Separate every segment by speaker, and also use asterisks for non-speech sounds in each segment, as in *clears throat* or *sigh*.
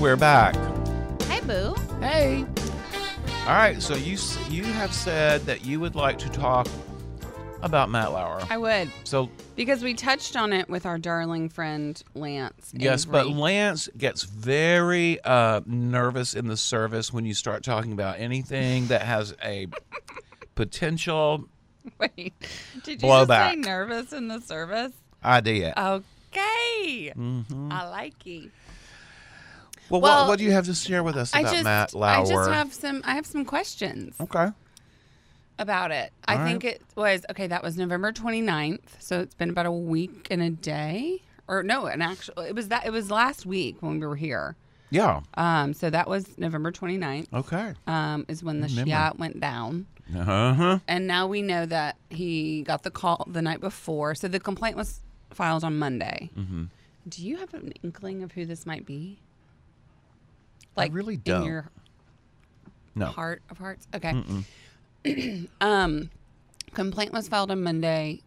Speaker 1: we're back.
Speaker 2: Hey, Boo.
Speaker 1: Hey. All right. So you s- you have said that you would like to talk about Matt Lauer.
Speaker 2: I would
Speaker 1: So
Speaker 2: because we touched on it with our darling friend Lance.
Speaker 1: yes, but
Speaker 2: Avery.
Speaker 1: Lance gets very uh, nervous in the service when you start talking about anything that has a potential
Speaker 2: wait, *laughs* did you just
Speaker 1: Blowback.
Speaker 2: say nervous in the service?
Speaker 1: idea.
Speaker 2: Uh, Okay,
Speaker 1: Mhm.
Speaker 2: I like you.
Speaker 1: Well,
Speaker 2: well,
Speaker 1: what, what do you have to share with us
Speaker 2: I
Speaker 1: about
Speaker 2: just,
Speaker 1: Matt
Speaker 2: I
Speaker 1: Lauer?
Speaker 2: just have some, I have some questions
Speaker 1: okay.
Speaker 2: about it. I
Speaker 1: All
Speaker 2: think it was okay. That was November 29th, so it's been about a week and a day, or no, an actual. It was that. It was last week when we were here.
Speaker 1: Yeah.
Speaker 2: Um, so that was November 29th.
Speaker 1: Okay.
Speaker 2: Um, is when the
Speaker 1: Remember.
Speaker 2: Shiat went down.
Speaker 1: Uh huh.
Speaker 2: And now we know that he got the call the night before. So the complaint was filed on Monday. Mm-hmm. Do you have an inkling of who this might be?
Speaker 1: I really don't.
Speaker 2: In your
Speaker 1: No.
Speaker 2: heart of hearts. Okay. *clears throat* um, complaint was filed on Monday.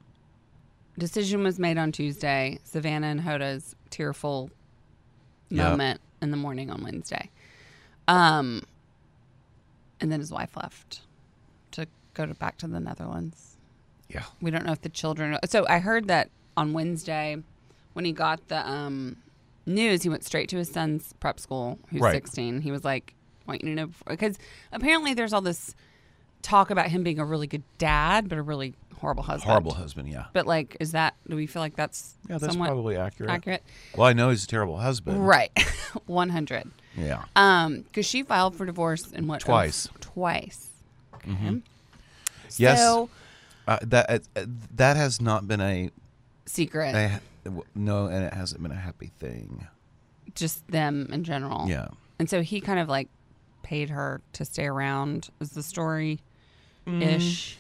Speaker 2: Decision was made on Tuesday. Savannah and Hoda's tearful
Speaker 1: Yeah.
Speaker 2: moment in the morning on Wednesday. Um, and then his wife left to go to, back to the Netherlands.
Speaker 1: Yeah.
Speaker 2: We don't know if the children. So I heard that on Wednesday, when he got the um, news, he went straight to his son's prep school, who's
Speaker 1: Right.
Speaker 2: 16. He was like, "I want you to know," because apparently there's all this talk about him being a really good dad, but a really horrible husband.
Speaker 1: Horrible husband. Yeah.
Speaker 2: But like, is that? Do we feel like that's
Speaker 1: Yeah, that's
Speaker 2: somewhat
Speaker 1: probably accurate.
Speaker 2: accurate?
Speaker 1: Well, I know he's a terrible husband.
Speaker 2: Right, *laughs* 100.
Speaker 1: Yeah.
Speaker 2: Um, because she filed for divorce in what? um,
Speaker 1: Twice. Mm-hmm.
Speaker 2: Twice. Okay.
Speaker 1: Yes.
Speaker 2: So,
Speaker 1: Uh, that uh, uh, that has not been a,
Speaker 2: secret.
Speaker 1: a no, and it hasn't been a happy thing.
Speaker 2: just them in general.
Speaker 1: Yeah.
Speaker 2: And so he kind of like paid her to stay around is the story ish.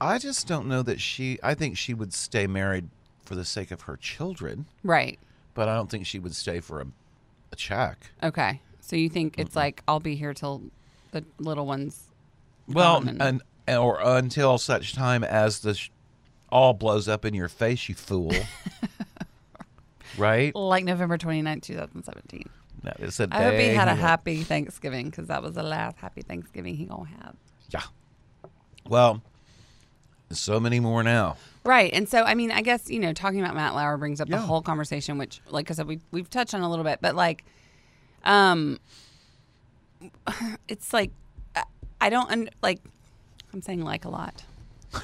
Speaker 1: I just don't know that she. I think she would stay married for the sake of her children,
Speaker 2: Right.
Speaker 1: but I don't think she would stay for a, a check.
Speaker 2: Okay. So you think it's like I'll be here till the little ones
Speaker 1: Well,
Speaker 2: Common.
Speaker 1: and or until such time as the sh- all blows up in your face, you
Speaker 2: *laughs*
Speaker 1: fool. right?
Speaker 2: like November 29th, 2017.
Speaker 1: That is a
Speaker 2: I hope he
Speaker 1: day
Speaker 2: had a
Speaker 1: he-
Speaker 2: happy Thanksgiving cuz that was the last happy Thanksgiving he going to have.
Speaker 1: Yeah. Well, there's so many more now.
Speaker 2: Right. And so, I mean, I guess, you know, talking about Matt Lauer brings up the
Speaker 1: Yeah.
Speaker 2: whole conversation, which, like I said, we, we've touched on a little bit, but like, um, *sighs* it's like, I- I don't, un- like, I'm saying like a lot. *laughs*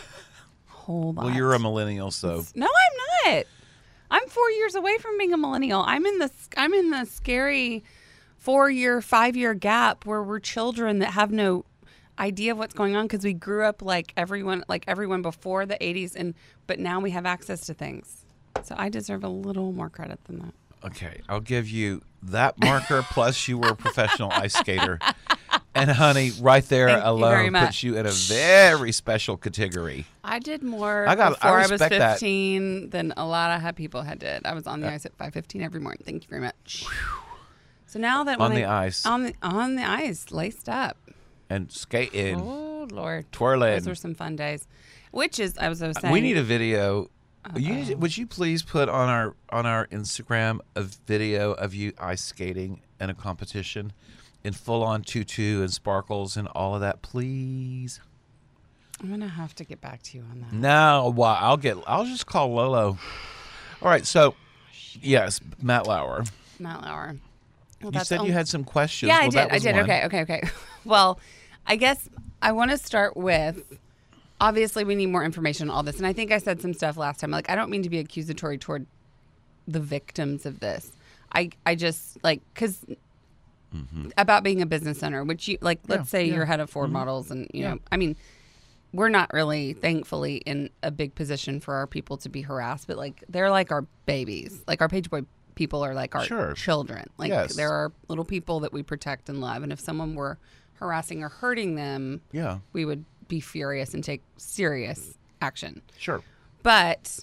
Speaker 2: Whole lot.
Speaker 1: Well, you're a millennial, so
Speaker 2: No, I'm not. I'm four years away from being a millennial. I'm in the I'm in the scary four year, five year gap where we're children that have no idea of what's going on because we grew up like everyone like everyone before the 80s and but now we have access to things. So I deserve a little more credit than that.
Speaker 1: okay. I'll give you that marker. plus, you were a professional ice skater, and honey, right there
Speaker 2: Thank you very
Speaker 1: alone
Speaker 2: much.
Speaker 1: puts you in a very special category.
Speaker 2: I did more
Speaker 1: I got- I
Speaker 2: before I, was
Speaker 1: respect that.
Speaker 2: 15 than a lot of hot people had did. I was on the ice at 5:15 every morning. Thank you very much. So now that
Speaker 1: On
Speaker 2: when
Speaker 1: the
Speaker 2: I-
Speaker 1: ice.
Speaker 2: on the on the ice, laced up.
Speaker 1: And skating,
Speaker 2: Oh Lord,
Speaker 1: twirling.
Speaker 2: those were some fun days. Which is, as I was saying,
Speaker 1: We need a video. You need- would you please put on our on our Instagram a video of you ice skating in a competition in full on tutu and sparkles and all of that, please?
Speaker 2: I'm gonna have to get back to you on that.
Speaker 1: No, why? I'll get. I'll just call Lolo. All right. So, yes, Matt Lauer.
Speaker 2: Matt Lauer.
Speaker 1: you
Speaker 2: Well, that's
Speaker 1: said
Speaker 2: only-
Speaker 1: you had some questions.
Speaker 2: Yeah,
Speaker 1: Well,
Speaker 2: I
Speaker 1: that
Speaker 2: did. I
Speaker 1: was
Speaker 2: did.
Speaker 1: one.
Speaker 2: Okay. Okay. Okay. *laughs* well, I guess I want to start with. Obviously, we need more information on all this, and I think I said some stuff last time. Like, I don't mean to be accusatory toward the victims of this. I I just like because
Speaker 1: Mm-hmm.
Speaker 2: about being a business owner, which you like. Let's say you're head of Ford models, and you know, I mean, we're not really thankfully in a big position for our people to be harassed, but like they're like our babies. Like our page boy people are like our
Speaker 1: Sure.
Speaker 2: children. Like
Speaker 1: Yes.
Speaker 2: there are little people that we protect and love, and if someone were harassing or hurting them,
Speaker 1: Yeah.
Speaker 2: we would be furious and take serious action
Speaker 1: Sure.
Speaker 2: but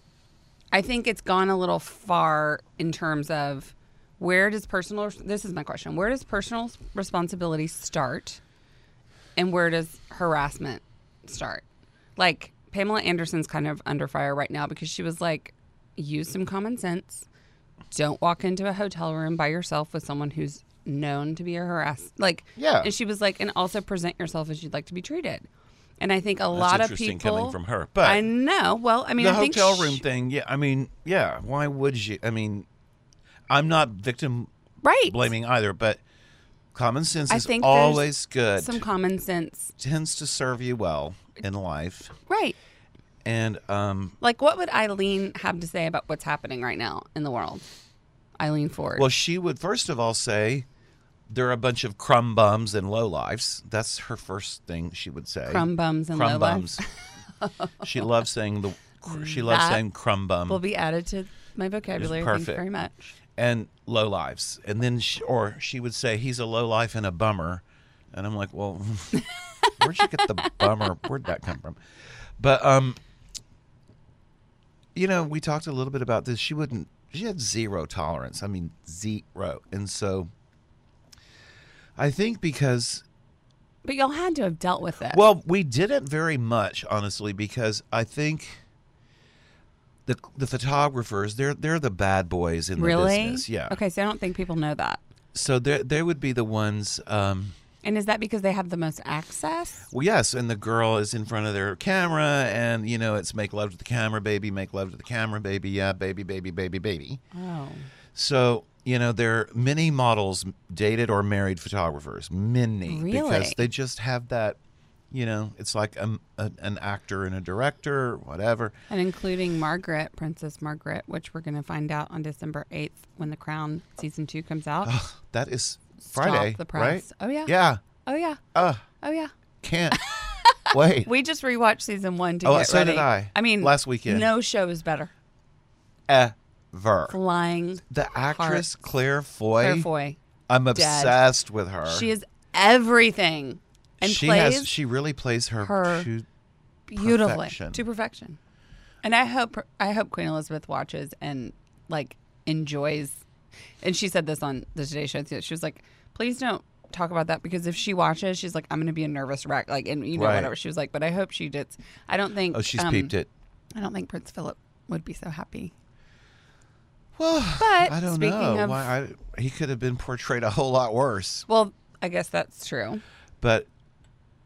Speaker 2: I think it's gone a little far in terms of where does personal this is my question where does personal responsibility start and where does harassment start like Pamela Anderson's kind of under fire right now because she was like use some common sense don't walk into a hotel room by yourself with someone who's known to be a harass. Like,
Speaker 1: Yeah.
Speaker 2: And she was like, and also present yourself as you'd like to be treated. And I think a
Speaker 1: That's
Speaker 2: lot of
Speaker 1: interesting
Speaker 2: people
Speaker 1: coming from her, but
Speaker 2: I know. Well, I mean,
Speaker 1: the
Speaker 2: I think
Speaker 1: hotel
Speaker 2: sh-
Speaker 1: room thing. Yeah, I mean, yeah. Why would you? I mean, I'm not victim
Speaker 2: right?
Speaker 1: blaming either, but common sense
Speaker 2: I
Speaker 1: is
Speaker 2: think there's
Speaker 1: always good.
Speaker 2: some common sense,
Speaker 1: Tends to serve you well in life,
Speaker 2: right?
Speaker 1: and um,
Speaker 2: Like, what would Eileen have to say about what's happening right now in the world? Eileen Ford.
Speaker 1: well, she would first of all say they're a bunch of crumb bums and low lives. That's her first thing she would say.
Speaker 2: crumb bums and
Speaker 1: crumb
Speaker 2: low lives
Speaker 1: bums. she loves saying the. She loves
Speaker 2: That
Speaker 1: saying crumb bum.
Speaker 2: will be added to my vocabulary. Thank you
Speaker 1: perfect.
Speaker 2: very much.
Speaker 1: and low lives. And then, she, or she would say, he's a low life and a bummer. And I'm like, well, *laughs* where'd you get the bummer? Where'd that come from? But, um, you know, we talked a little bit about this. She wouldn't, she had zero tolerance. I mean, zero. And so I think because,
Speaker 2: But y'all had to have dealt with it.
Speaker 1: *laughs* well, we didn't very much, honestly, because I think. The, the photographers they're they're the bad boys in
Speaker 2: really?
Speaker 1: the business yeah
Speaker 2: Okay, so I don't think people know that.
Speaker 1: so there, there would be the ones. Um,
Speaker 2: And is that because they have the most access?
Speaker 1: well, yes, and the girl is in front of their camera, and you know it's make love to the camera, baby, make love to the camera, baby, yeah, baby, baby, baby, baby.
Speaker 2: Oh,
Speaker 1: So you know there are many models, dated or married photographers, many because
Speaker 2: Really?
Speaker 1: they just have that. You know, it's like a, a, an actor and a director, whatever.
Speaker 2: and including Margaret, Princess Margaret, which we're going to find out on December eighth when The Crown season two comes out.
Speaker 1: That is
Speaker 2: Stop
Speaker 1: Friday,
Speaker 2: the press.
Speaker 1: right?
Speaker 2: Oh, yeah.
Speaker 1: yeah.
Speaker 2: Oh yeah.
Speaker 1: Uh,
Speaker 2: Oh yeah. *laughs*
Speaker 1: can't wait.
Speaker 2: We just rewatched season one to
Speaker 1: Oh,
Speaker 2: get
Speaker 1: so did
Speaker 2: ready.
Speaker 1: I.
Speaker 2: I mean,
Speaker 1: Last weekend.
Speaker 2: No show is better.
Speaker 1: Ever
Speaker 2: Flying
Speaker 1: the actress Claire Foy.
Speaker 2: Claire Foy.
Speaker 1: I'm obsessed with her.
Speaker 2: She is everything, and
Speaker 1: she
Speaker 2: plays
Speaker 1: has she really plays her,
Speaker 2: her-
Speaker 1: to
Speaker 2: beautifully
Speaker 1: perfection.
Speaker 2: to perfection. And I hope I hope Queen Elizabeth watches and like enjoys. And she said this on the Today Show. too. She was like, "Please don't talk about that because if she watches, she's like, I'm going to be a nervous wreck. Like, and you know
Speaker 1: Right.
Speaker 2: whatever." She was like, "But I hope she did." I don't think.
Speaker 1: Oh, she's
Speaker 2: um,
Speaker 1: peeped it. *sighs*
Speaker 2: I don't think Prince Philip would be so happy.
Speaker 1: Well,
Speaker 2: But
Speaker 1: I don't
Speaker 2: speaking
Speaker 1: know
Speaker 2: of-
Speaker 1: why I, he could have been portrayed a whole lot worse.
Speaker 2: Well, I guess that's true.
Speaker 1: But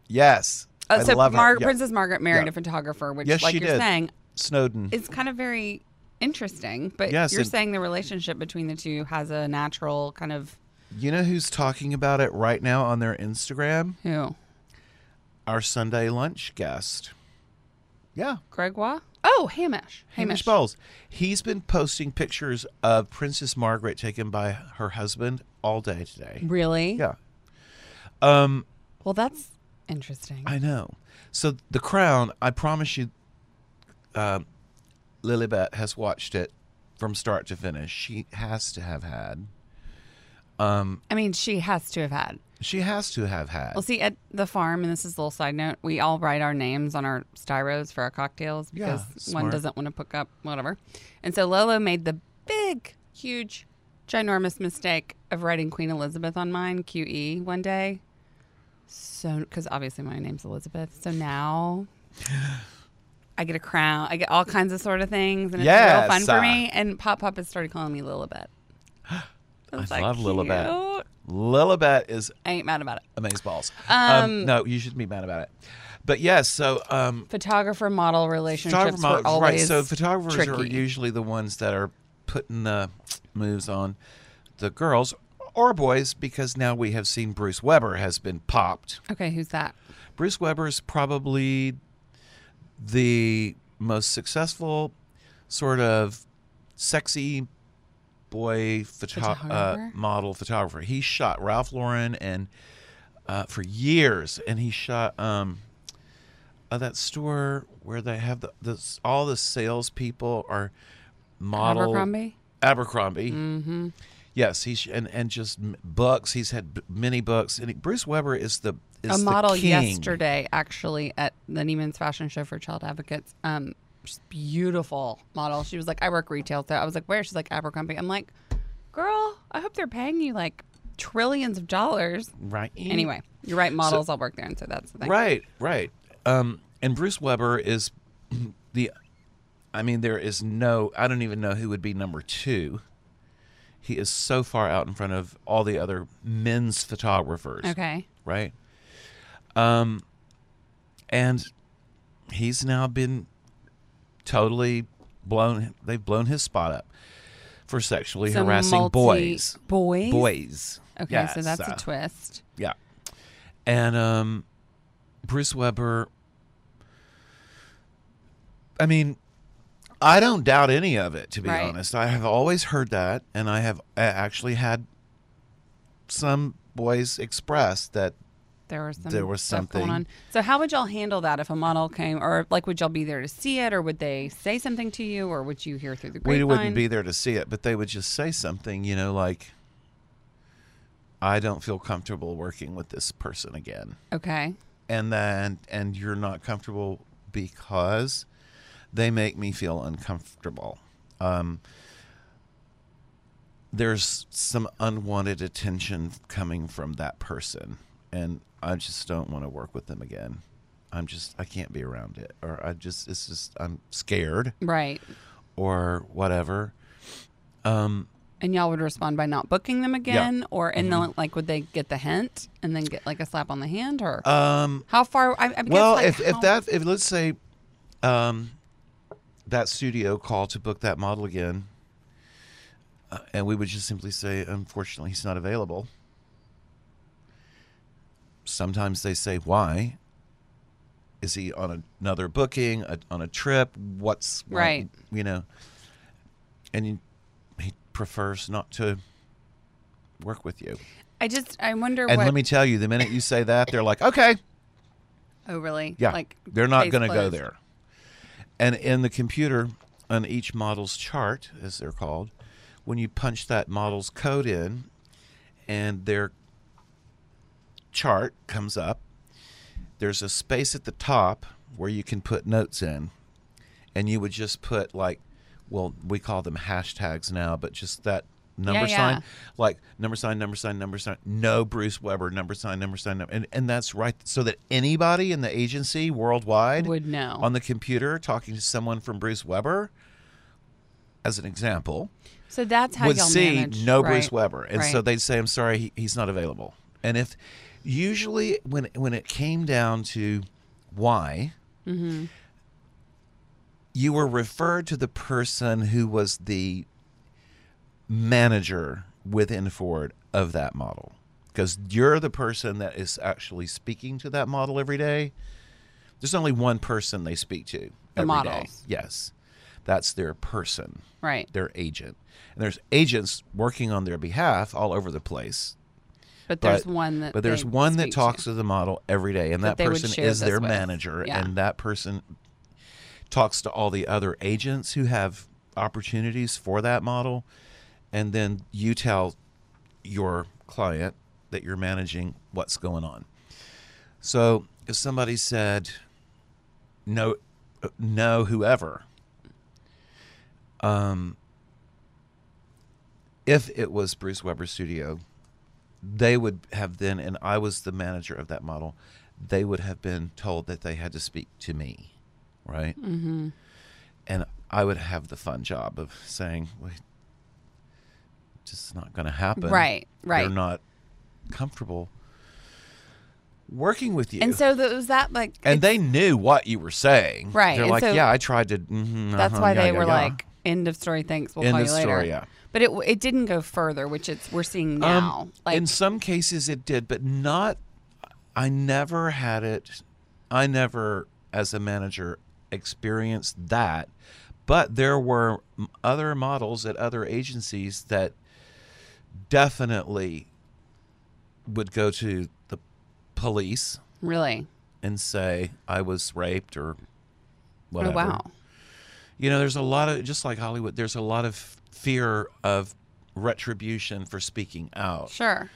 Speaker 1: yes,
Speaker 2: Uh,
Speaker 1: I
Speaker 2: so
Speaker 1: love
Speaker 2: Mar-
Speaker 1: her. Yeah.
Speaker 2: Princess Margaret married
Speaker 1: Yeah.
Speaker 2: a photographer, which,
Speaker 1: Yes,
Speaker 2: like
Speaker 1: she
Speaker 2: you're
Speaker 1: did.
Speaker 2: saying,
Speaker 1: Snowden.
Speaker 2: is kind of very interesting. But
Speaker 1: Yes,
Speaker 2: you're
Speaker 1: and-
Speaker 2: saying the relationship between the two has a natural kind of
Speaker 1: You know who's talking about it right now on their Instagram?
Speaker 2: who
Speaker 1: Our Sunday lunch guest. Yeah,
Speaker 2: Gregoire? Oh, Hamish.
Speaker 1: Hamish Bowles. He's been posting pictures of Princess Margaret taken by her husband all day today.
Speaker 2: Really?
Speaker 1: Yeah. Um,
Speaker 2: Well, that's interesting.
Speaker 1: I know. So the Crown, I promise you, um, Lilibet has watched it from start to finish. She has to have had. Um,
Speaker 2: I mean, she has to have had.
Speaker 1: she has to have had.
Speaker 2: Well, see, at the farm, and this is a little side note, we all write our names on our styros for our cocktails
Speaker 1: Yeah,
Speaker 2: because one
Speaker 1: smart.
Speaker 2: doesn't want to pick up whatever. And so Lolo made the big, huge, ginormous mistake of writing Queen Elizabeth on mine, QE, one day. So, because obviously my name's Elizabeth. So now I get a crown, I get all kinds of sort of things, and it's
Speaker 1: Yes,
Speaker 2: real fun for
Speaker 1: uh,
Speaker 2: me. And Pop Pop has started calling
Speaker 1: *gasps*
Speaker 2: me Lilibet. I was like,
Speaker 1: love Lilibet.
Speaker 2: "Cute."
Speaker 1: Lilibet is
Speaker 2: I ain't mad about it.
Speaker 1: amazeballs. balls. Um, no, you shouldn't be mad about it. But yes, so um,
Speaker 2: photographer model relationships
Speaker 1: photographer
Speaker 2: were
Speaker 1: models, right?
Speaker 2: always
Speaker 1: So photographers
Speaker 2: tricky.
Speaker 1: are usually the ones that are putting the moves on the girls or boys because now we have seen Bruce Weber has been popped.
Speaker 2: okay, who's that?
Speaker 1: Bruce Weber is probably the most successful sort of sexy boy photo- uh,
Speaker 2: Photographer?
Speaker 1: model photographer. He shot Ralph Lauren and uh, for years, and he shot um, uh, that store where they have the, the all the salespeople are model
Speaker 2: Abercrombie.
Speaker 1: Abercrombie. Mm-hmm. Yes, he's and and just m- books. He's had b- many books, and he- Bruce Weber is the is
Speaker 2: A
Speaker 1: the
Speaker 2: model
Speaker 1: king.
Speaker 2: yesterday, actually, at the Neiman's Fashion Show for Child Advocates. Um, she's a beautiful model. She was like, I work retail, so I was like, where? She's like Abercrombie. I'm like, girl, I hope they're paying you like trillions of dollars.
Speaker 1: Right.
Speaker 2: Anyway, you're right. Models all work there, and so that's the thing.
Speaker 1: Right. Right. Um, and Bruce Weber is *clears throat* the. I mean, there is no. I don't even know who would be number two. he is so far out in front of all the other men's photographers.
Speaker 2: Okay.
Speaker 1: Right. Um, and he's now been totally blown. They've blown his spot up for sexually
Speaker 2: So
Speaker 1: harassing
Speaker 2: multi-
Speaker 1: boys.
Speaker 2: Boys.
Speaker 1: Boys.
Speaker 2: Okay, so
Speaker 1: Yes,
Speaker 2: that's
Speaker 1: uh,
Speaker 2: a twist.
Speaker 1: yeah. And um, Bruce Weber. I mean, I don't doubt any of it. To be
Speaker 2: Right.
Speaker 1: honest, I have always heard that, and I have uh, actually had some boys express that
Speaker 2: There was some
Speaker 1: there was
Speaker 2: stuff going
Speaker 1: something.
Speaker 2: on. So how would y'all handle that if a model came, or like would y'all be there to see it, or would they say something to you, or would you hear through the grapevine?
Speaker 1: we wouldn't be there to see it, but they would just say something, you know, like, "I don't feel comfortable working with this person again."
Speaker 2: Okay.
Speaker 1: and then and you're not comfortable because they make me feel uncomfortable. Um, there's some unwanted attention coming from that person, and I just don't want to work with them again. I'm just I can't be around it, or I just it's just I'm scared
Speaker 2: Right.
Speaker 1: or whatever. Um,
Speaker 2: And y'all would respond by not booking them again, or and
Speaker 1: Mm-hmm.
Speaker 2: then like would they get the hint and then get like a slap on the hand, or
Speaker 1: um,
Speaker 2: how far? I, I guess,
Speaker 1: Well,
Speaker 2: like,
Speaker 1: if, if
Speaker 2: how-
Speaker 1: that if let's say, um, that studio called to book that model again, uh, and we would just simply say, unfortunately, he's not available. Sometimes they say, why? Is he on a- another booking, a, on a trip? What's why-
Speaker 2: Right.
Speaker 1: You know, and you, he prefers not to work with you.
Speaker 2: I just I wonder
Speaker 1: And
Speaker 2: what.
Speaker 1: let me tell you, the minute you say that, they're like, okay.
Speaker 2: oh really?
Speaker 1: Yeah.
Speaker 2: Like
Speaker 1: they're not
Speaker 2: case
Speaker 1: going to go
Speaker 2: closed.
Speaker 1: there. And in the computer, on each model's chart, as they're called, when you punch that model's code in and their chart comes up, there's a space at the top where you can put notes in. And you would just put, like, well, we call them hashtags now, but just that number
Speaker 2: yeah.
Speaker 1: sign, like number sign, number sign, number sign, no Bruce Weber, number sign, number sign, number, and, and that's right. So that anybody in the agency worldwide
Speaker 2: Would know.
Speaker 1: on the computer talking to someone from Bruce Weber, as an example,
Speaker 2: So that's how
Speaker 1: would
Speaker 2: y'all
Speaker 1: see
Speaker 2: manage,
Speaker 1: no
Speaker 2: right.
Speaker 1: Bruce Weber, and so
Speaker 2: Right.
Speaker 1: they'd say, "I'm sorry, he, he's not available." And if usually when when it came down to why,
Speaker 2: Mm-hmm.
Speaker 1: you were referred to the person who was the manager within Ford of that model, because you're the person that is actually speaking to that model every day. There's only one person they speak to.
Speaker 2: The
Speaker 1: every day.
Speaker 2: models.
Speaker 1: Yes, that's their person
Speaker 2: Right.
Speaker 1: their agent. And there's agents working on their behalf all over the place.
Speaker 2: But there's one that
Speaker 1: But there's
Speaker 2: they
Speaker 1: one that
Speaker 2: speak to.
Speaker 1: talks to the model every day, and that,
Speaker 2: they would
Speaker 1: person
Speaker 2: share
Speaker 1: is
Speaker 2: this
Speaker 1: their
Speaker 2: with.
Speaker 1: manager,
Speaker 2: Yeah.
Speaker 1: and that person talks to all the other agents who have opportunities for that model. And then you tell your client that you're managing what's going on. So if somebody said, no, uh, no, whoever, um, if it was Bruce Weber Studio, they would have then, and I was the manager of that model, they would have been told that they had to speak to me, right? Mm-hmm. And I would have the fun job of saying, well, just not going to happen.
Speaker 2: Right, right.
Speaker 1: They're not comfortable working with you.
Speaker 2: And so that was that like
Speaker 1: And they knew what you were saying.
Speaker 2: Right,
Speaker 1: They're
Speaker 2: and
Speaker 1: like,
Speaker 2: so-
Speaker 1: yeah, I tried to. mhm,
Speaker 2: that's
Speaker 1: uh-huh,
Speaker 2: why
Speaker 1: yeah,
Speaker 2: they
Speaker 1: yeah,
Speaker 2: were
Speaker 1: yeah."
Speaker 2: like end of story thanks we'll
Speaker 1: End
Speaker 2: call
Speaker 1: of
Speaker 2: you later.
Speaker 1: story, yeah.
Speaker 2: But it it didn't go further which it's we're seeing
Speaker 1: Um,
Speaker 2: now. like
Speaker 1: in some cases it did, but not. I never had it. I never, as a manager, experienced that. But there were m- other models at other agencies that definitely would go to the police
Speaker 2: really.
Speaker 1: and say, "I was raped" or whatever.
Speaker 2: Oh wow.
Speaker 1: you know there's a lot of just like hollywood there's a lot of fear of retribution for speaking out
Speaker 2: Sure.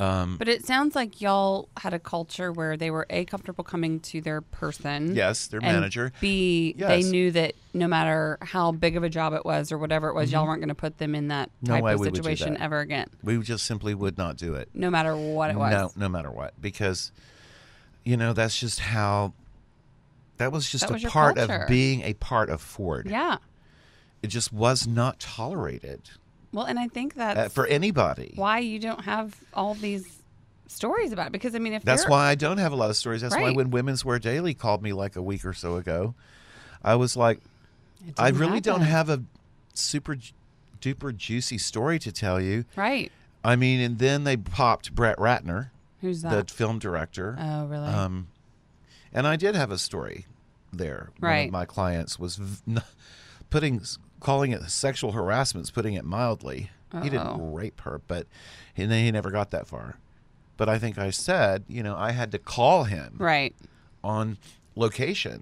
Speaker 1: um
Speaker 2: But it sounds like y'all had a culture where they were a comfortable coming to their person.
Speaker 1: yes their
Speaker 2: Mm-hmm. and
Speaker 1: manager
Speaker 2: B,
Speaker 1: Yes.
Speaker 2: they knew that no matter how big of a job it was or whatever it was, y'all weren't going to put them in that
Speaker 1: Mm-hmm. No
Speaker 2: type
Speaker 1: way
Speaker 2: of
Speaker 1: we would do
Speaker 2: situation
Speaker 1: that.
Speaker 2: ever again,
Speaker 1: we just simply would not do it
Speaker 2: no matter what it was.
Speaker 1: no no matter what because you know that's just how that was just
Speaker 2: That
Speaker 1: a
Speaker 2: was your
Speaker 1: part
Speaker 2: culture.
Speaker 1: of being a part of ford
Speaker 2: Yeah.
Speaker 1: it just was not tolerated
Speaker 2: Well, and I think that's
Speaker 1: uh, for anybody.
Speaker 2: why you don't have all these stories about it. Because I mean, if
Speaker 1: That's
Speaker 2: you're-
Speaker 1: why I don't have a lot of stories. That's why
Speaker 2: Right.
Speaker 1: when Women's Wear Daily called me like a week or so ago, I was like,
Speaker 2: It
Speaker 1: I
Speaker 2: didn't
Speaker 1: really don't
Speaker 2: happen.
Speaker 1: have a super ju- duper juicy story to tell you.
Speaker 2: right.
Speaker 1: I mean, and then they popped Brett Ratner,
Speaker 2: Who's
Speaker 1: the
Speaker 2: that?
Speaker 1: film director.
Speaker 2: oh, really?
Speaker 1: Um, and I did have a story there. One
Speaker 2: Right.
Speaker 1: of my clients was v- *laughs* n- putting, s- calling it sexual harassment, putting it mildly. He
Speaker 2: Uh-oh.
Speaker 1: didn't rape her, but and then he never got that far. But I think I said, you know, I had to call him
Speaker 2: right.
Speaker 1: on location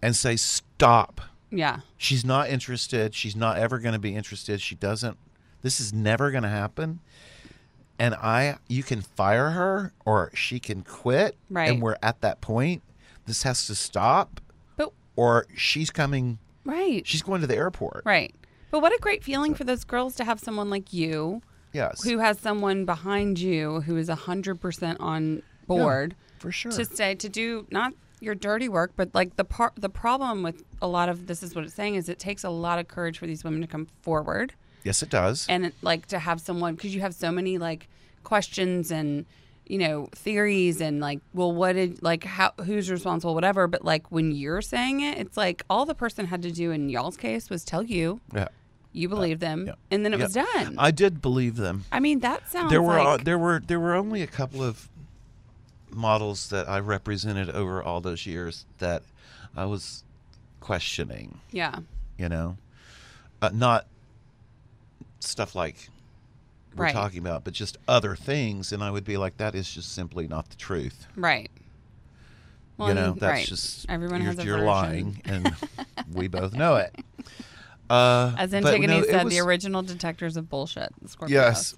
Speaker 1: and say, stop.
Speaker 2: Yeah.
Speaker 1: She's not interested. She's not ever going to be interested. She doesn't. This is never going to happen. And I, you can fire her or she can quit.
Speaker 2: Right.
Speaker 1: And we're at that point. This has to stop
Speaker 2: But
Speaker 1: or she's coming.
Speaker 2: right.
Speaker 1: She's going to the airport.
Speaker 2: Right. But what a great feeling for those girls to have someone like you
Speaker 1: Yes.
Speaker 2: who has someone behind you who is 100% on
Speaker 1: Yeah,
Speaker 2: board
Speaker 1: for sure.
Speaker 2: to say to do not your dirty work but like the part the problem with a lot of this is what it's saying is it takes a lot of courage for these women to come forward
Speaker 1: yes, it does.
Speaker 2: and like to have someone because you have so many like questions and you know theories and like well what did like how who's responsible whatever but like when you're saying it it's like all the person had to do in y'all's case was tell you
Speaker 1: yeah.
Speaker 2: you believed them
Speaker 1: Uh, yeah.
Speaker 2: and then it
Speaker 1: Yeah.
Speaker 2: was done I,
Speaker 1: I did believe them.
Speaker 2: mean that sounds
Speaker 1: there were uh,
Speaker 2: like,
Speaker 1: there were there were only a couple of models that I represented over all those years that I was questioning,
Speaker 2: yeah
Speaker 1: you know, uh, not stuff like we're
Speaker 2: Right.
Speaker 1: talking about, but just other things, and I would be like, that is just simply not the truth.
Speaker 2: right well,
Speaker 1: you
Speaker 2: I
Speaker 1: know,
Speaker 2: mean,
Speaker 1: that's
Speaker 2: right.
Speaker 1: just
Speaker 2: everyone
Speaker 1: you're,
Speaker 2: has a
Speaker 1: you're
Speaker 2: version.
Speaker 1: lying, and
Speaker 2: *laughs*
Speaker 1: we both know it. Uh,
Speaker 2: As
Speaker 1: but no,
Speaker 2: Antigone
Speaker 1: it
Speaker 2: said, the
Speaker 1: was-
Speaker 2: original detectors of bullshit. The Scorpios.
Speaker 1: Yes.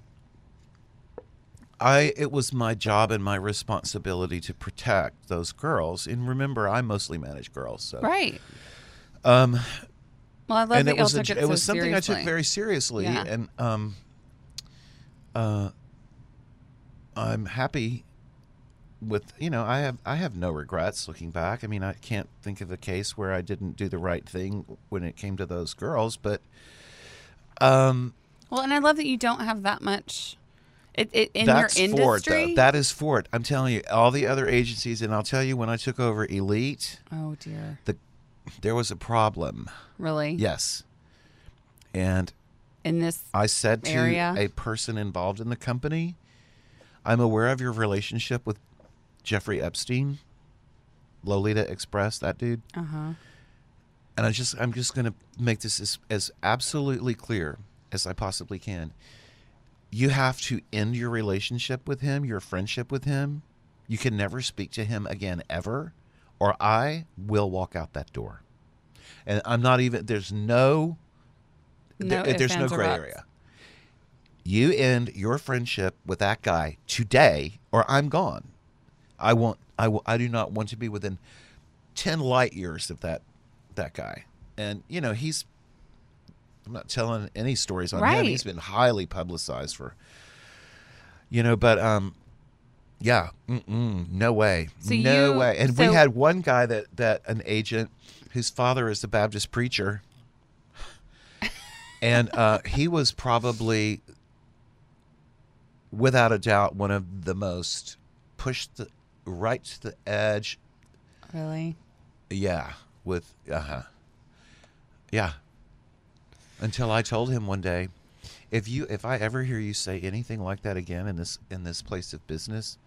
Speaker 1: I it was my job and my responsibility to protect those girls. And remember, I mostly manage girls, so
Speaker 2: Right.
Speaker 1: um
Speaker 2: Well, I love
Speaker 1: and
Speaker 2: that
Speaker 1: it was
Speaker 2: y'all
Speaker 1: a,
Speaker 2: took
Speaker 1: it,
Speaker 2: it, so
Speaker 1: was something I
Speaker 2: seriously.
Speaker 1: took very seriously
Speaker 2: Yeah.
Speaker 1: and um uh I'm happy with you know, I have I have no regrets looking back. I mean, I can't think of a case where I didn't do the right thing when it came to those girls, but um
Speaker 2: Well, and I love that you don't have that much. It, it in
Speaker 1: That's
Speaker 2: your
Speaker 1: for it,
Speaker 2: industry.
Speaker 1: though. That is for it. I'm telling you, all the other agencies, and I'll tell you when I took over Elite,
Speaker 2: oh dear,
Speaker 1: the there was a problem.
Speaker 2: really?
Speaker 1: Yes, and
Speaker 2: In this,
Speaker 1: I said to
Speaker 2: Area?
Speaker 1: a person involved in the company, "I'm aware of your relationship with Jeffrey Epstein, Lolita Express, that dude,
Speaker 2: uh huh.
Speaker 1: and I just I'm just going to make this as, as absolutely clear as I possibly can. You have to end your relationship with him, your friendship with him. You can never speak to him again ever, or I will walk out that door. And I'm not even there's no,
Speaker 2: No
Speaker 1: there- eh,
Speaker 2: ifs,
Speaker 1: there's no
Speaker 2: ands, or
Speaker 1: gray
Speaker 2: buts.
Speaker 1: area. You end your friendship with that guy today, or I'm gone. I want I will- I do not want to be within 10 light years of that that guy and you know he's i'm not telling any stories on him
Speaker 2: Right.
Speaker 1: he's been highly publicized for you know but um yeah mm-mm, no way
Speaker 2: So
Speaker 1: no
Speaker 2: you-
Speaker 1: way and
Speaker 2: so-
Speaker 1: we had one guy that that an agent whose father is a baptist
Speaker 2: *laughs*
Speaker 1: preacher and uh, he was probably without a doubt one of the most pushed the, right to the edge
Speaker 2: Really?
Speaker 1: yeah, with uh huh. Yeah. Until I told him one day, if you if I ever hear you say anything like that again in this in this place of business,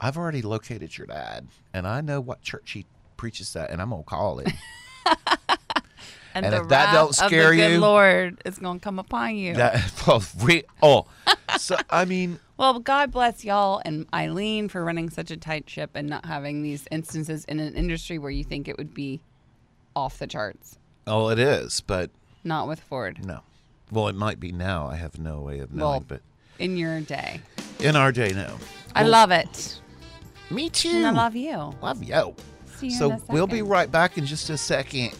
Speaker 1: I've already located your dad and I know what church he preaches at and I'm gonna call *laughs* him. And
Speaker 2: the
Speaker 1: if that don't
Speaker 2: wrath of the
Speaker 1: scare
Speaker 2: good
Speaker 1: you-
Speaker 2: Lord is going to come upon you.
Speaker 1: that, well, we oh so I mean
Speaker 2: well, God bless y'all and Eileen for running such a tight ship and not having these instances in an industry where you think it would be off the charts.
Speaker 1: oh it is, but
Speaker 2: Not with Ford.
Speaker 1: no. Well it might be now, I have no way of knowing,
Speaker 2: Well,
Speaker 1: but
Speaker 2: in your day.
Speaker 1: in our day now.
Speaker 2: I love it.
Speaker 1: Me too.
Speaker 2: And I love you.
Speaker 1: love you.
Speaker 2: See you in
Speaker 1: So
Speaker 2: a
Speaker 1: we'll be
Speaker 2: second.
Speaker 1: right back in just a second.